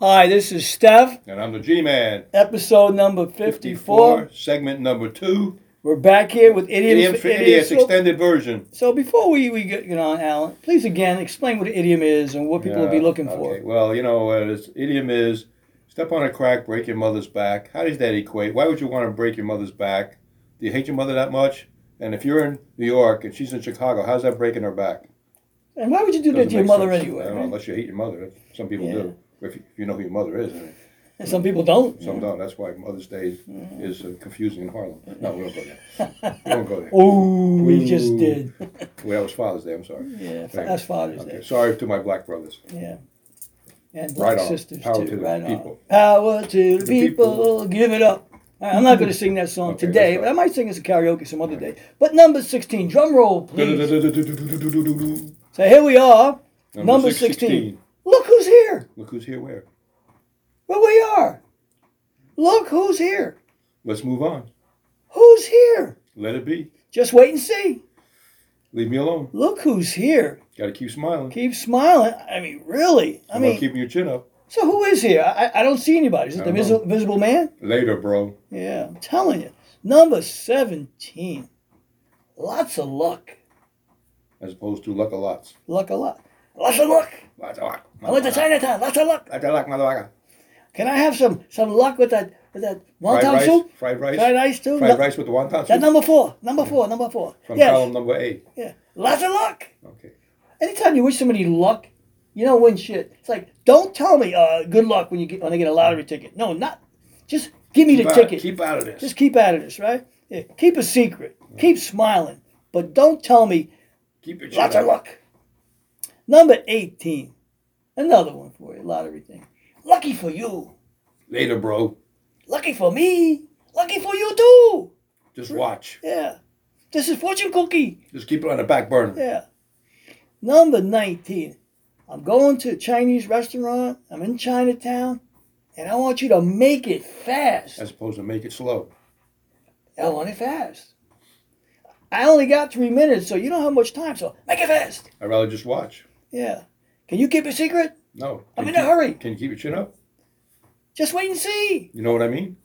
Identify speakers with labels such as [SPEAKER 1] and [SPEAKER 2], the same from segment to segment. [SPEAKER 1] Hi, this is Steph,
[SPEAKER 2] And I'm the G-Man.
[SPEAKER 1] episode number 54.
[SPEAKER 2] Segment number two.
[SPEAKER 1] We're back here with Idiom
[SPEAKER 2] Idiom for Idiots, extended version.
[SPEAKER 1] So before we, we get, get on, Alan, please again explain what an idiom is and what people will be
[SPEAKER 2] Yeah,
[SPEAKER 1] looking
[SPEAKER 2] okay. Well, you know, uh, this idiom is step on a crack, break your mother's back. How does that equate? Why would you want to break your mother's back? Do you hate your mother that much? And if you're in New York and she's in Chicago, how's that breaking her back?
[SPEAKER 1] for. And why would you do that
[SPEAKER 2] Doesn't
[SPEAKER 1] to your
[SPEAKER 2] make
[SPEAKER 1] mother
[SPEAKER 2] sense. I
[SPEAKER 1] anyway?
[SPEAKER 2] don't know,
[SPEAKER 1] right?
[SPEAKER 2] unless you hate your mother. Some people
[SPEAKER 1] Yeah. Mm-hmm.
[SPEAKER 2] do. If you, if you know who your mother is. I mean,
[SPEAKER 1] And some people don't.
[SPEAKER 2] Some don't. That's why Mother's Day
[SPEAKER 1] Mm-hmm.
[SPEAKER 2] is uh, confusing in Harlem. No, we don't go there. we don't go there.
[SPEAKER 1] Oh, we just
[SPEAKER 2] Ooh.
[SPEAKER 1] did.
[SPEAKER 2] Well, that was Father's Day. I'm sorry.
[SPEAKER 1] yeah, f-
[SPEAKER 2] Right.
[SPEAKER 1] that's Father's
[SPEAKER 2] Okay,
[SPEAKER 1] Day.
[SPEAKER 2] sorry to my black brothers.
[SPEAKER 1] Yeah. And
[SPEAKER 2] Right
[SPEAKER 1] black
[SPEAKER 2] on.
[SPEAKER 1] sisters
[SPEAKER 2] Power
[SPEAKER 1] too.
[SPEAKER 2] to the
[SPEAKER 1] right on.
[SPEAKER 2] people.
[SPEAKER 1] Power to the,
[SPEAKER 2] the
[SPEAKER 1] people.
[SPEAKER 2] people.
[SPEAKER 1] Give it up. All right, I'm not going to sing that song
[SPEAKER 2] Okay,
[SPEAKER 1] today,
[SPEAKER 2] that's
[SPEAKER 1] but I
[SPEAKER 2] fine.
[SPEAKER 1] might sing it as a karaoke some other day. But number 16, drum roll, please.
[SPEAKER 2] Number
[SPEAKER 1] So here we are. Number 16. Look who's here.
[SPEAKER 2] Look who's here where.
[SPEAKER 1] Where we are. Look who's here.
[SPEAKER 2] Let's move on.
[SPEAKER 1] Who's here?
[SPEAKER 2] Let it be.
[SPEAKER 1] Just wait and see.
[SPEAKER 2] Leave me alone.
[SPEAKER 1] Look who's here.
[SPEAKER 2] Got to keep smiling.
[SPEAKER 1] Keep smiling. I mean, really. I
[SPEAKER 2] I'm not
[SPEAKER 1] mean,
[SPEAKER 2] keeping your chin up.
[SPEAKER 1] so who is here? I, I- I don't see anybody. Is it
[SPEAKER 2] I
[SPEAKER 1] the
[SPEAKER 2] don't know.
[SPEAKER 1] visible, visible man?
[SPEAKER 2] Later, bro.
[SPEAKER 1] Yeah, I'm telling you. Number 17. Lots of luck.
[SPEAKER 2] As opposed to luck a lots.
[SPEAKER 1] Luck a lot. Lots of luck.
[SPEAKER 2] Lots a lot.
[SPEAKER 1] I went to Chinatown. Lots of luck.
[SPEAKER 2] Lots a lot, motherfucker.
[SPEAKER 1] Can I have some some luck with that with that
[SPEAKER 2] Fried
[SPEAKER 1] wonton
[SPEAKER 2] rice.
[SPEAKER 1] soup?
[SPEAKER 2] Fried rice.
[SPEAKER 1] Fried rice too.
[SPEAKER 2] Fried
[SPEAKER 1] No-
[SPEAKER 2] rice with the wonton
[SPEAKER 1] That
[SPEAKER 2] soup.
[SPEAKER 1] number four. Number four. Number four.
[SPEAKER 2] From
[SPEAKER 1] yes.
[SPEAKER 2] column number eight.
[SPEAKER 1] Yeah. Lots of luck.
[SPEAKER 2] Okay.
[SPEAKER 1] Anytime you wish somebody luck, you don't win shit. It's like, don't tell me uh, good luck when you get when I get a lottery ticket. No, not just give me the
[SPEAKER 2] Keep out-
[SPEAKER 1] ticket.
[SPEAKER 2] Keep out of this.
[SPEAKER 1] just keep out of this, right? Yeah. Keep a secret. Keep smiling, but don't tell me
[SPEAKER 2] keep your chin
[SPEAKER 1] lots
[SPEAKER 2] up.
[SPEAKER 1] of luck. Number eighteen, another one for you, lottery thing. Lucky for you,
[SPEAKER 2] Later, bro.
[SPEAKER 1] lucky for me, lucky for you too.
[SPEAKER 2] Just watch.
[SPEAKER 1] Yeah, this is fortune cookie.
[SPEAKER 2] Just keep it on the back burner.
[SPEAKER 1] Yeah. Number 19. I'm going to a Chinese restaurant. I'm in Chinatown. And I want you to make it fast.
[SPEAKER 2] As opposed to make it slow.
[SPEAKER 1] I want it fast. I only got three minutes, so you don't have much time, so make it fast.
[SPEAKER 2] I'd rather just watch.
[SPEAKER 1] Yeah. Can you keep a secret?
[SPEAKER 2] No.
[SPEAKER 1] I'm
[SPEAKER 2] Can
[SPEAKER 1] in a
[SPEAKER 2] you-
[SPEAKER 1] hurry.
[SPEAKER 2] Can you keep your chin up?
[SPEAKER 1] Just wait and see.
[SPEAKER 2] You know what I mean?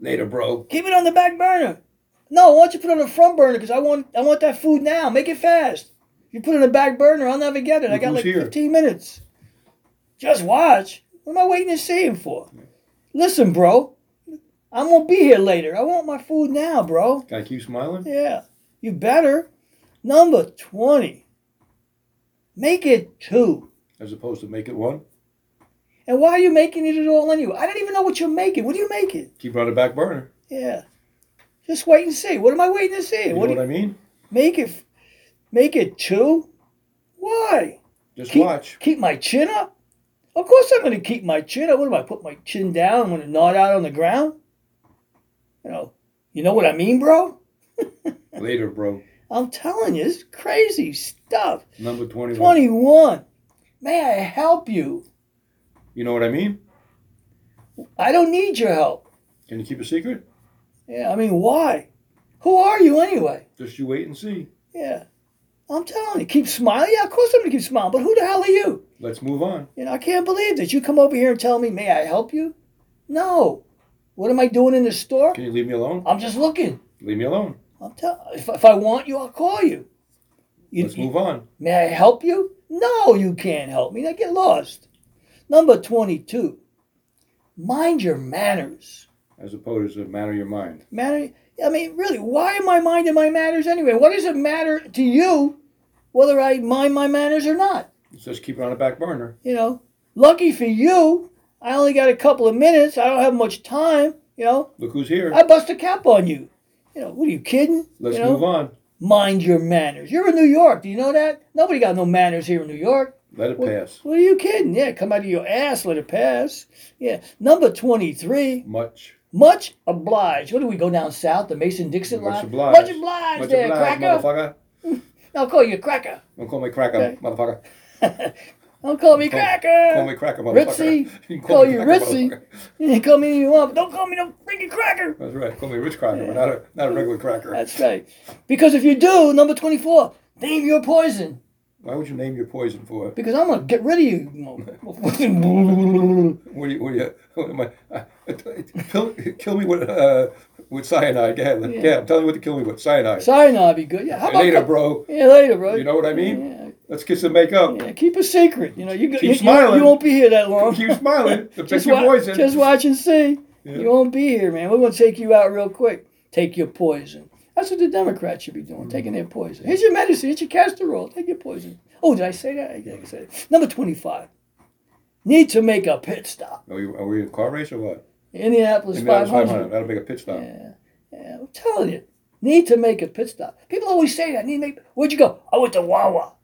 [SPEAKER 2] Later, bro.
[SPEAKER 1] Keep it on the back burner. No, why don't you put it on the front burner? Because I want I want that food now. Make it fast. You put it on the back burner, I'll never get it. I
[SPEAKER 2] Look
[SPEAKER 1] got
[SPEAKER 2] who's
[SPEAKER 1] like
[SPEAKER 2] here.
[SPEAKER 1] 15 minutes. Just watch. What am I waiting to see him for? Listen, bro. I'm gonna be here later. I want my food now, bro.
[SPEAKER 2] Gotta keep smiling.
[SPEAKER 1] Yeah. You better. Number 20. Make it two.
[SPEAKER 2] As opposed to make it one.
[SPEAKER 1] And why are you making it at all anyway? I don't even know what you're making. What are you making?
[SPEAKER 2] Keep it on the back burner.
[SPEAKER 1] Yeah. Just wait and see. What am I waiting to see?
[SPEAKER 2] You
[SPEAKER 1] What do
[SPEAKER 2] know
[SPEAKER 1] you-
[SPEAKER 2] what I mean?
[SPEAKER 1] Make it, make it two. Why?
[SPEAKER 2] Just
[SPEAKER 1] Keep,
[SPEAKER 2] watch.
[SPEAKER 1] keep my chin up. Of course, I'm going to keep my chin up. What am I put my chin down? I'm going to nod out on the ground. You know, you know what I mean, bro.
[SPEAKER 2] Later, bro.
[SPEAKER 1] I'm telling you, it's crazy stuff.
[SPEAKER 2] Number 21.
[SPEAKER 1] Twenty-one. May I help you?
[SPEAKER 2] You know what I mean?
[SPEAKER 1] I don't need your help.
[SPEAKER 2] Can you keep a secret?
[SPEAKER 1] Yeah, I mean, why? Who are you anyway?
[SPEAKER 2] Just you wait and see.
[SPEAKER 1] Yeah, I'm telling you, keep smiling. Yeah, of course I'm going to keep smiling. But who the hell are you?
[SPEAKER 2] Let's move on.
[SPEAKER 1] You know, I can't believe that you come over here and tell me, may I help you? No. What am I doing in the store?
[SPEAKER 2] Can you leave me alone?
[SPEAKER 1] I'm just looking.
[SPEAKER 2] Leave me alone.
[SPEAKER 1] I'm tell- if, if I want you, I'll call you. you
[SPEAKER 2] Let's move on.
[SPEAKER 1] May I help you? No, you can't help me. Now get lost. Number 22. Mind your manners.
[SPEAKER 2] As opposed to matter your mind.
[SPEAKER 1] Manner. I mean, really, why am I minding my manners anyway? What does it matter to you whether I mind my manners or not?
[SPEAKER 2] It's Just keep it on the back burner.
[SPEAKER 1] you know, lucky for you, I only got a couple of minutes. I don't have much time. You know,
[SPEAKER 2] Look who's here.
[SPEAKER 1] I bust a cap on you. You know, what are you kidding?
[SPEAKER 2] Let's
[SPEAKER 1] you know,
[SPEAKER 2] move on.
[SPEAKER 1] Mind your manners. You're in New York. Do you know that? Nobody got no manners here in New York.
[SPEAKER 2] Let it
[SPEAKER 1] What,
[SPEAKER 2] pass.
[SPEAKER 1] what are you kidding? Yeah, come out of your ass. Let it pass. Yeah. Number 23,
[SPEAKER 2] Much.
[SPEAKER 1] much obliged. What do we go down south? The Mason Dixon
[SPEAKER 2] Much
[SPEAKER 1] line?
[SPEAKER 2] obliged.
[SPEAKER 1] Much obliged
[SPEAKER 2] Much
[SPEAKER 1] there,
[SPEAKER 2] obliged,
[SPEAKER 1] cracker.
[SPEAKER 2] motherfucker.
[SPEAKER 1] I'll call you cracker.
[SPEAKER 2] Don't call me cracker,
[SPEAKER 1] Okay.
[SPEAKER 2] motherfucker.
[SPEAKER 1] Don't call me
[SPEAKER 2] Call-
[SPEAKER 1] cracker.
[SPEAKER 2] Call me cracker, motherfucker.
[SPEAKER 1] Ritzy.
[SPEAKER 2] You can
[SPEAKER 1] Call
[SPEAKER 2] me
[SPEAKER 1] you
[SPEAKER 2] cracker,
[SPEAKER 1] Ritzy.
[SPEAKER 2] motherfucker.
[SPEAKER 1] You can call me anything you want, but don't call me no freaking cracker.
[SPEAKER 2] That's right. Call me Rich Cracker, but not a, not a regular cracker.
[SPEAKER 1] That's right. Because if you do, number 24, name your poison.
[SPEAKER 2] Why would you name your poison for it?
[SPEAKER 1] Because I'm going to get rid of you.
[SPEAKER 2] kill me with uh, with cyanide. Yeah, yeah. yeah, I'm telling you what to kill me with cyanide.
[SPEAKER 1] Cyanide be good. Yeah, how about
[SPEAKER 2] Later,
[SPEAKER 1] cou-
[SPEAKER 2] bro.
[SPEAKER 1] Yeah, later, bro.
[SPEAKER 2] You know what I mean?
[SPEAKER 1] Yeah,
[SPEAKER 2] Let's kiss and make up.
[SPEAKER 1] yeah, keep a secret. You know, you, you, you,
[SPEAKER 2] smiling.
[SPEAKER 1] you won't be here that long.
[SPEAKER 2] Keep smiling. To pick
[SPEAKER 1] just,
[SPEAKER 2] your
[SPEAKER 1] wa-
[SPEAKER 2] boys in.
[SPEAKER 1] just watch and see.
[SPEAKER 2] Yeah.
[SPEAKER 1] You won't be here, man. We're gonna take you out real quick. Take your poison. That's what the Democrats should be
[SPEAKER 2] Mm-hmm.
[SPEAKER 1] doing, taking their poison. Here's your medicine. Here's your castor oil. Take your poison. Oh, did I say that? I think I said it. Number twenty-five. Need to make a pit stop.
[SPEAKER 2] Are, we, are we a car race or what?
[SPEAKER 1] Indianapolis
[SPEAKER 2] Maybe that was
[SPEAKER 1] 500.
[SPEAKER 2] 500. That'll make a pit stop.
[SPEAKER 1] Yeah, yeah. I'm telling you, need to make a pit stop. People always say that. Need to make. Where'd you go? I went to Wawa.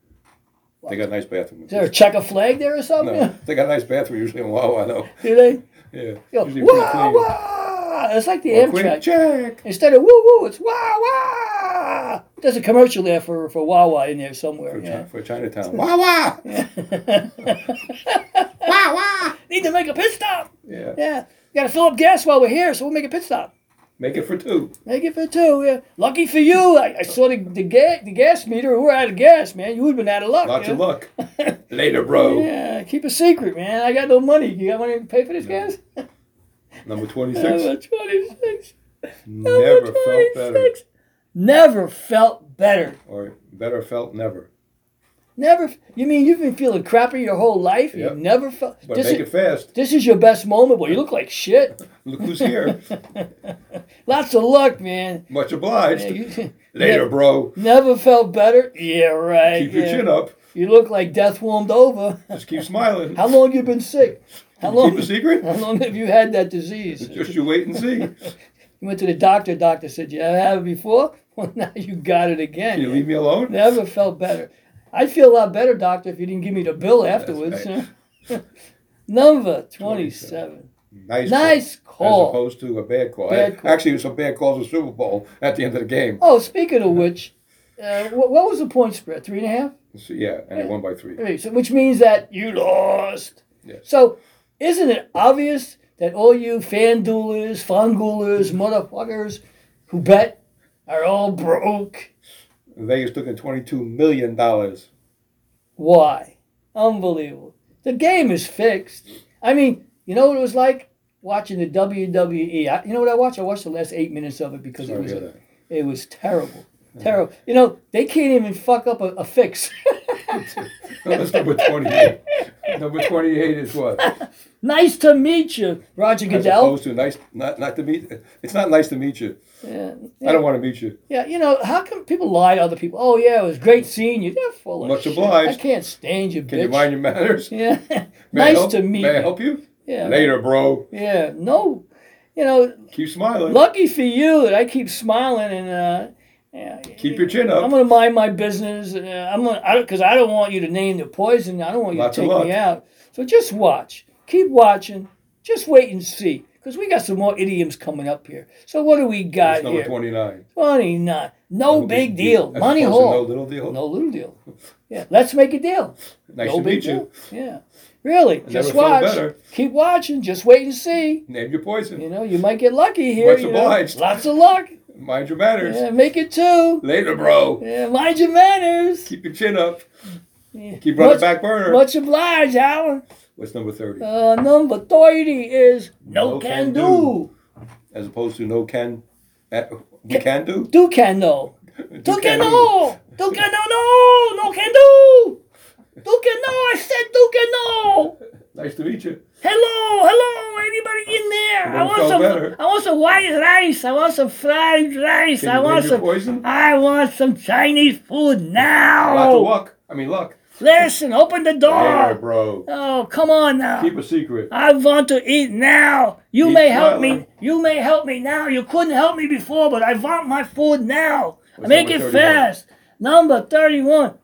[SPEAKER 2] They got nice bathrooms.
[SPEAKER 1] Is there a checker flag there or something?
[SPEAKER 2] No, they got nice bathrooms usually in Wawa, though.
[SPEAKER 1] Do they?
[SPEAKER 2] Yeah.
[SPEAKER 1] Yo,
[SPEAKER 2] usually pretty
[SPEAKER 1] wow,
[SPEAKER 2] clean.
[SPEAKER 1] wow. It's like the
[SPEAKER 2] Or quick
[SPEAKER 1] Amtrak.
[SPEAKER 2] check.
[SPEAKER 1] Instead of woo woo, it's wow wow. There's a commercial there for, for Wawa in there somewhere.
[SPEAKER 2] For, Chi-
[SPEAKER 1] Yeah.
[SPEAKER 2] for Chinatown. Wawa! Wawa!
[SPEAKER 1] Need to make a pit stop.
[SPEAKER 2] Yeah.
[SPEAKER 1] Yeah. Got to fill up gas while we're here, so we'll make a pit stop.
[SPEAKER 2] Make it for two.
[SPEAKER 1] Make it for two. Yeah. Lucky for you, I, I saw the the, ga- the gas meter. and We're out of gas, man. You would have been out of luck.
[SPEAKER 2] Lots
[SPEAKER 1] yeah.
[SPEAKER 2] of luck. Later, bro.
[SPEAKER 1] Yeah, keep a secret, man. I got no money. You got money to pay for this gas?
[SPEAKER 2] Number
[SPEAKER 1] Number
[SPEAKER 2] 26.
[SPEAKER 1] 26.
[SPEAKER 2] Never
[SPEAKER 1] Number
[SPEAKER 2] felt better.
[SPEAKER 1] 26. Never felt better.
[SPEAKER 2] Or better felt never.
[SPEAKER 1] Never. You mean you've been feeling crappy your whole life?
[SPEAKER 2] Yep.
[SPEAKER 1] You've never felt.
[SPEAKER 2] But
[SPEAKER 1] This
[SPEAKER 2] make
[SPEAKER 1] is,
[SPEAKER 2] it fast.
[SPEAKER 1] this is your best moment. Well, you look like shit.
[SPEAKER 2] Look who's here.
[SPEAKER 1] Lots of luck, man.
[SPEAKER 2] Much obliged.
[SPEAKER 1] Yeah, you-
[SPEAKER 2] Later, bro.
[SPEAKER 1] never felt better. Yeah, right.
[SPEAKER 2] Keep your
[SPEAKER 1] yeah.
[SPEAKER 2] chin up.
[SPEAKER 1] You look like death warmed over.
[SPEAKER 2] Just keep smiling.
[SPEAKER 1] How long you been sick? How long?
[SPEAKER 2] Keep a
[SPEAKER 1] How
[SPEAKER 2] secret.
[SPEAKER 1] long have you had that disease?
[SPEAKER 2] Just you wait and see.
[SPEAKER 1] You went to the doctor. Doctor said you had it before. Well, now you got it again.
[SPEAKER 2] Can you leave me alone?
[SPEAKER 1] Never felt better. I'd feel a lot better, doctor, if you didn't give me the bill afterwards.
[SPEAKER 2] right.
[SPEAKER 1] Number twenty-seven.
[SPEAKER 2] Nice.
[SPEAKER 1] Nice
[SPEAKER 2] As
[SPEAKER 1] call.
[SPEAKER 2] opposed to a bad call.
[SPEAKER 1] Bad call.
[SPEAKER 2] Actually, it was some bad calls in the Super Bowl at the end of the game.
[SPEAKER 1] Oh, speaking of which, uh, what, what was the point spread? Three and a half?
[SPEAKER 2] So, yeah, and they won by three.
[SPEAKER 1] Three. So, which means that you lost.
[SPEAKER 2] Yeah.
[SPEAKER 1] So, isn't it obvious that all you fanduelers, fangoolers, motherfuckers who bet are all broke?
[SPEAKER 2] Vegas took in $22 million.
[SPEAKER 1] Why? Unbelievable. The game is fixed. I mean, you know what it was like watching the WWE. I, you know what I watched? I watched the last eight minutes of it because
[SPEAKER 2] Sorry
[SPEAKER 1] it
[SPEAKER 2] to
[SPEAKER 1] was
[SPEAKER 2] hear
[SPEAKER 1] a-
[SPEAKER 2] that.
[SPEAKER 1] It was terrible. Terrible. You know, they can't even fuck up a, a fix.
[SPEAKER 2] That's number 28. number 28 is what?
[SPEAKER 1] nice to meet you, Roger
[SPEAKER 2] As
[SPEAKER 1] Goodell.
[SPEAKER 2] opposed to nice, not, not to meet, it's not nice to meet you.
[SPEAKER 1] Yeah,
[SPEAKER 2] I don't want to meet you.
[SPEAKER 1] yeah, you know, how come people lie to other people? Oh, yeah, it was great seeing you. They're full of
[SPEAKER 2] Much
[SPEAKER 1] shit.
[SPEAKER 2] obliged.
[SPEAKER 1] I can't stand you, bitch.
[SPEAKER 2] Can you mind your manners?
[SPEAKER 1] yeah.
[SPEAKER 2] May I
[SPEAKER 1] nice
[SPEAKER 2] help-
[SPEAKER 1] to meet
[SPEAKER 2] May I
[SPEAKER 1] you.
[SPEAKER 2] help you?
[SPEAKER 1] Yeah.
[SPEAKER 2] Later, bro.
[SPEAKER 1] Yeah, no. You know,
[SPEAKER 2] Keep smiling.
[SPEAKER 1] lucky for you that I keep smiling and, uh, yeah.
[SPEAKER 2] Keep your chin up.
[SPEAKER 1] I'm gonna mind my business. Uh, I'm gonna I don't because I don't want you to name the poison. I don't want you
[SPEAKER 2] Lots
[SPEAKER 1] to
[SPEAKER 2] of
[SPEAKER 1] take me
[SPEAKER 2] luck.
[SPEAKER 1] out. So just watch, keep watching, just wait and see. Because we got some more idioms coming up here. So what do we got
[SPEAKER 2] That's number
[SPEAKER 1] here?
[SPEAKER 2] 29.
[SPEAKER 1] Funny not. No
[SPEAKER 2] Little
[SPEAKER 1] big deal.
[SPEAKER 2] As
[SPEAKER 1] Money
[SPEAKER 2] opposed to
[SPEAKER 1] hole.
[SPEAKER 2] No little deal.
[SPEAKER 1] No little deal. Yeah, let's make a deal.
[SPEAKER 2] nice
[SPEAKER 1] no
[SPEAKER 2] to
[SPEAKER 1] big
[SPEAKER 2] meet
[SPEAKER 1] deal.
[SPEAKER 2] you.
[SPEAKER 1] Yeah, really. Just
[SPEAKER 2] felt
[SPEAKER 1] watch.
[SPEAKER 2] better.
[SPEAKER 1] Keep watching. Just wait and see.
[SPEAKER 2] Name your poison.
[SPEAKER 1] You know, you might get lucky here.
[SPEAKER 2] Much
[SPEAKER 1] you know.
[SPEAKER 2] obliged.
[SPEAKER 1] Lots of luck.
[SPEAKER 2] Mind your manners.
[SPEAKER 1] Yeah, make it two.
[SPEAKER 2] Later, bro.
[SPEAKER 1] Yeah, mind your manners.
[SPEAKER 2] Keep your chin up.
[SPEAKER 1] Yeah.
[SPEAKER 2] Keep running
[SPEAKER 1] Much-
[SPEAKER 2] back burner.
[SPEAKER 1] Much obliged, Alan.
[SPEAKER 2] What's number 30?
[SPEAKER 1] Uh, number 30 is no,
[SPEAKER 2] No
[SPEAKER 1] can,
[SPEAKER 2] can
[SPEAKER 1] do.
[SPEAKER 2] As opposed to no can, eh, we can do.
[SPEAKER 1] Do can no. Do
[SPEAKER 2] can
[SPEAKER 1] can
[SPEAKER 2] do.
[SPEAKER 1] no. Do can no. No. No can do. Do can no. I said do can no.
[SPEAKER 2] Nice to meet you.
[SPEAKER 1] Hello. Hello. Anybody in there? I
[SPEAKER 2] Don't
[SPEAKER 1] want
[SPEAKER 2] feel
[SPEAKER 1] some.
[SPEAKER 2] better.
[SPEAKER 1] I want some white rice. I want some fried rice.
[SPEAKER 2] Can
[SPEAKER 1] I
[SPEAKER 2] you name
[SPEAKER 1] want
[SPEAKER 2] your
[SPEAKER 1] some.
[SPEAKER 2] poison?
[SPEAKER 1] I want some Chinese food
[SPEAKER 2] Lots of
[SPEAKER 1] now.
[SPEAKER 2] luck. I mean, luck.
[SPEAKER 1] Listen. Open the
[SPEAKER 2] Later,
[SPEAKER 1] door.
[SPEAKER 2] bro.
[SPEAKER 1] Oh, come on now.
[SPEAKER 2] Keep a secret.
[SPEAKER 1] I want to eat now. You
[SPEAKER 2] Eat
[SPEAKER 1] may help
[SPEAKER 2] smiling.
[SPEAKER 1] me. You may help me now. You couldn't help me before, but I want my food now.
[SPEAKER 2] What's
[SPEAKER 1] Make it
[SPEAKER 2] number 31?
[SPEAKER 1] fast. Number 31.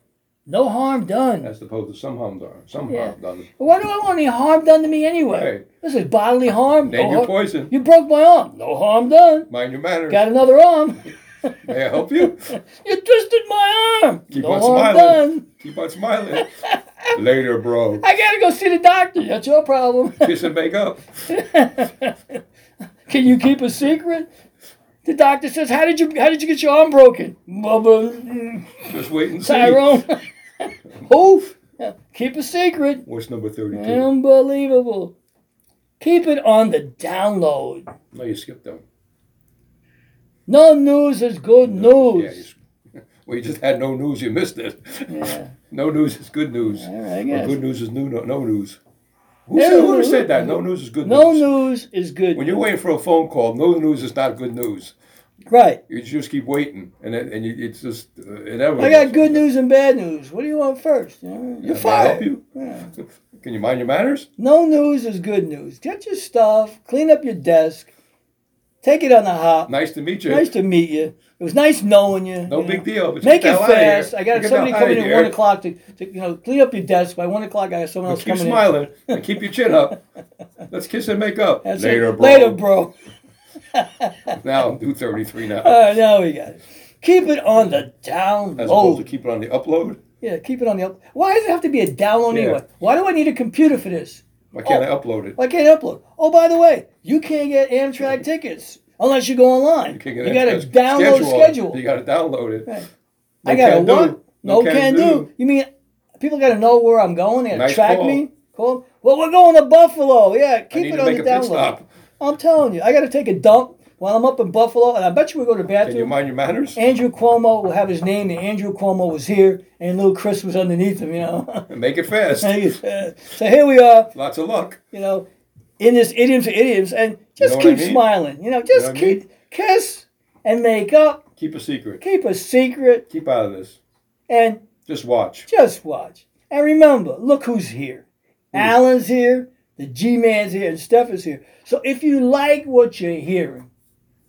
[SPEAKER 1] No harm done.
[SPEAKER 2] As opposed to some harm done. Some
[SPEAKER 1] Yeah.
[SPEAKER 2] harm done.
[SPEAKER 1] Why do I want any harm done to me anyway?
[SPEAKER 2] Right.
[SPEAKER 1] This is bodily harm.
[SPEAKER 2] Name
[SPEAKER 1] No
[SPEAKER 2] your
[SPEAKER 1] har-
[SPEAKER 2] poison.
[SPEAKER 1] You broke my arm. No harm done.
[SPEAKER 2] Mind your manners.
[SPEAKER 1] Oh. Got another arm.
[SPEAKER 2] May I help you?
[SPEAKER 1] You twisted my arm.
[SPEAKER 2] Keep
[SPEAKER 1] no
[SPEAKER 2] on
[SPEAKER 1] harm
[SPEAKER 2] smiling.
[SPEAKER 1] done.
[SPEAKER 2] Keep on smiling. Later, bro.
[SPEAKER 1] I gotta go see the doctor. That's your problem.
[SPEAKER 2] Kiss and make up.
[SPEAKER 1] Can you keep a secret? The doctor says, "How did you? How did you get your arm broken?" Bubba
[SPEAKER 2] Just wait and see.
[SPEAKER 1] Tyrone. Who? Keep a secret. Mm.
[SPEAKER 2] What's number 32?
[SPEAKER 1] Unbelievable. Keep it on the download.
[SPEAKER 2] No, you skipped them.
[SPEAKER 1] No news is good
[SPEAKER 2] Yeah, you,
[SPEAKER 1] news.
[SPEAKER 2] s- well, you just had no news. You missed it.
[SPEAKER 1] Yeah.
[SPEAKER 2] no news is good news.
[SPEAKER 1] All right, I
[SPEAKER 2] Or
[SPEAKER 1] guess.
[SPEAKER 2] good news is new, no, no news. Who,
[SPEAKER 1] Yeah,
[SPEAKER 2] said, who
[SPEAKER 1] who-
[SPEAKER 2] said that? No news is good
[SPEAKER 1] No
[SPEAKER 2] news.
[SPEAKER 1] news is good.
[SPEAKER 2] When you're waiting for a phone call, no news is not good news.
[SPEAKER 1] right.
[SPEAKER 2] You just keep waiting, and it, and you, it's just uh, inevitable.
[SPEAKER 1] I got good news and bad news. What do you want first? You know, You're
[SPEAKER 2] Can I help
[SPEAKER 1] fired.
[SPEAKER 2] you?
[SPEAKER 1] Yeah.
[SPEAKER 2] Can you mind your manners?
[SPEAKER 1] No news is good news. Get your stuff, clean up your desk, take it on the hop.
[SPEAKER 2] Nice to meet you.
[SPEAKER 1] Nice to meet you. It was nice knowing you.
[SPEAKER 2] no
[SPEAKER 1] you
[SPEAKER 2] big
[SPEAKER 1] know.
[SPEAKER 2] deal. But
[SPEAKER 1] Make
[SPEAKER 2] get
[SPEAKER 1] it
[SPEAKER 2] the hell outta
[SPEAKER 1] fast.
[SPEAKER 2] here.
[SPEAKER 1] I got
[SPEAKER 2] Get the
[SPEAKER 1] somebody
[SPEAKER 2] hell outta
[SPEAKER 1] coming in at
[SPEAKER 2] here.
[SPEAKER 1] one o'clock to, to, you know clean up your desk. By one o'clock, I got someone else
[SPEAKER 2] Keep
[SPEAKER 1] coming in.
[SPEAKER 2] smiling and keep your chin up. Let's kiss and make up.
[SPEAKER 1] That's
[SPEAKER 2] Later,
[SPEAKER 1] it.
[SPEAKER 2] bro.
[SPEAKER 1] Later, bro.
[SPEAKER 2] Now do 33 now.
[SPEAKER 1] All right, now we got it. Keep it on the
[SPEAKER 2] As opposed to
[SPEAKER 1] download.
[SPEAKER 2] keep it on the upload.
[SPEAKER 1] Yeah, keep it on the up. Why does it have to be a download
[SPEAKER 2] Yeah.
[SPEAKER 1] anyway? Why do I need a computer for this?
[SPEAKER 2] Why can't
[SPEAKER 1] Oh.
[SPEAKER 2] I upload it?
[SPEAKER 1] Why can't I upload? Oh, by the way, you can't get Amtrak tickets unless you go online. You,
[SPEAKER 2] can't get
[SPEAKER 1] got to
[SPEAKER 2] that
[SPEAKER 1] download schedule.
[SPEAKER 2] You got to download it.
[SPEAKER 1] Right.
[SPEAKER 2] No
[SPEAKER 1] I got to
[SPEAKER 2] can do.
[SPEAKER 1] what? No, can, do. You mean people got to know where I'm going? They got to
[SPEAKER 2] Nice
[SPEAKER 1] track
[SPEAKER 2] call.
[SPEAKER 1] me. Cool. Well, we're going to Buffalo. Yeah,
[SPEAKER 2] I
[SPEAKER 1] keep
[SPEAKER 2] need
[SPEAKER 1] it
[SPEAKER 2] to
[SPEAKER 1] on
[SPEAKER 2] make a
[SPEAKER 1] the
[SPEAKER 2] pit
[SPEAKER 1] download.
[SPEAKER 2] stop.
[SPEAKER 1] I'm telling you, I got to take a dump while I'm up in Buffalo, and I bet you we go to the
[SPEAKER 2] Can you
[SPEAKER 1] bathroom.
[SPEAKER 2] mind your manners?
[SPEAKER 1] Andrew Cuomo will have his name, and Andrew Cuomo was here, and little Chris was underneath him. You know.
[SPEAKER 2] And make it fast.
[SPEAKER 1] so here we are
[SPEAKER 2] Lots of luck.
[SPEAKER 1] you know, in this idiom to idioms, and just
[SPEAKER 2] know what I
[SPEAKER 1] keep
[SPEAKER 2] mean?
[SPEAKER 1] smiling. You know, just
[SPEAKER 2] what I
[SPEAKER 1] keep kiss and make up,
[SPEAKER 2] Keep a secret.
[SPEAKER 1] keep a secret,
[SPEAKER 2] Keep out of this.
[SPEAKER 1] and
[SPEAKER 2] Just watch.
[SPEAKER 1] just watch. And remember, look who's here.
[SPEAKER 2] Hmm.
[SPEAKER 1] Alan's here, the G Man's here, and Steph is here. So if you like what you're hearing,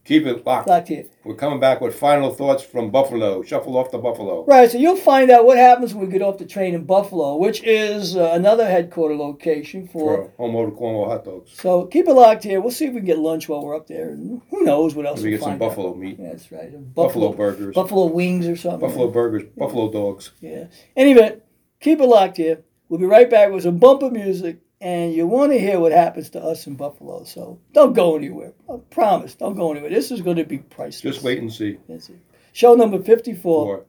[SPEAKER 2] Keep it locked.
[SPEAKER 1] like here.
[SPEAKER 2] We're coming back with final thoughts from Buffalo. Shuffle off the Buffalo.
[SPEAKER 1] Right, so you'll find out what happens when we get off the train in Buffalo, which is uh, another headquarter location for.
[SPEAKER 2] For home order Cuomo hot dogs.
[SPEAKER 1] So keep it locked here. We'll see if we can get lunch while we're up there. and Who knows what else
[SPEAKER 2] We
[SPEAKER 1] we'll
[SPEAKER 2] get some
[SPEAKER 1] find out.
[SPEAKER 2] buffalo meat,
[SPEAKER 1] Yeah, that's right.
[SPEAKER 2] buffalo burgers,
[SPEAKER 1] Buffalo wings or something.
[SPEAKER 2] buffalo burgers, buffalo dogs.
[SPEAKER 1] Yeah. Anyway, keep it locked here. We'll be right back with some bumper music, and you want to hear what happens to us in Buffalo. So don't go anywhere. I promise, don't go anywhere. This is going to be priceless.
[SPEAKER 2] Just wait and see.
[SPEAKER 1] That's it. Show number fifty-four.
[SPEAKER 2] Or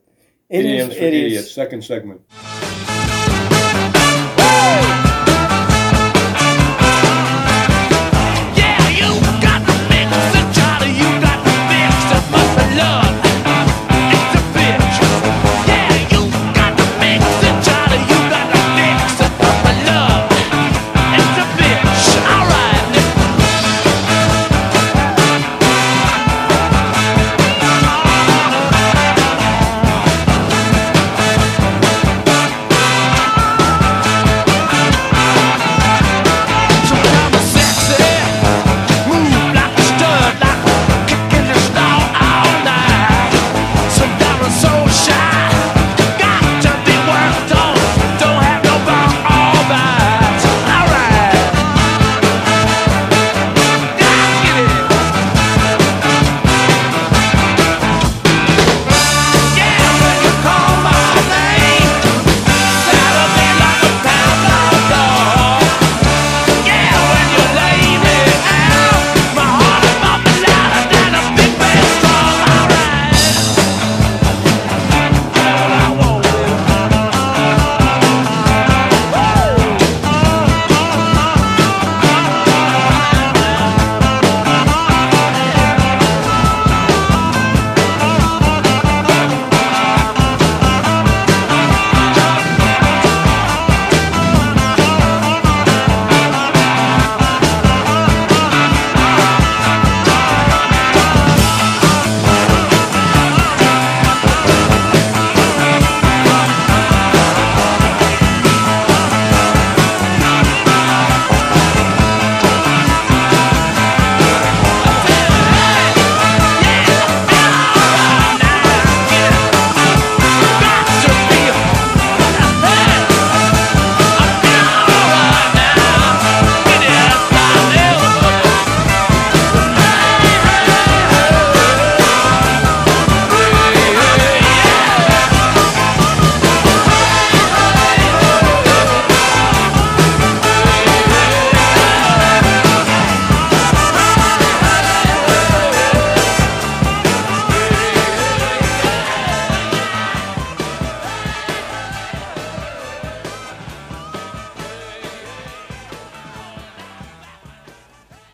[SPEAKER 1] It is
[SPEAKER 2] idioms for
[SPEAKER 1] idiots.
[SPEAKER 2] idiots. Second segment.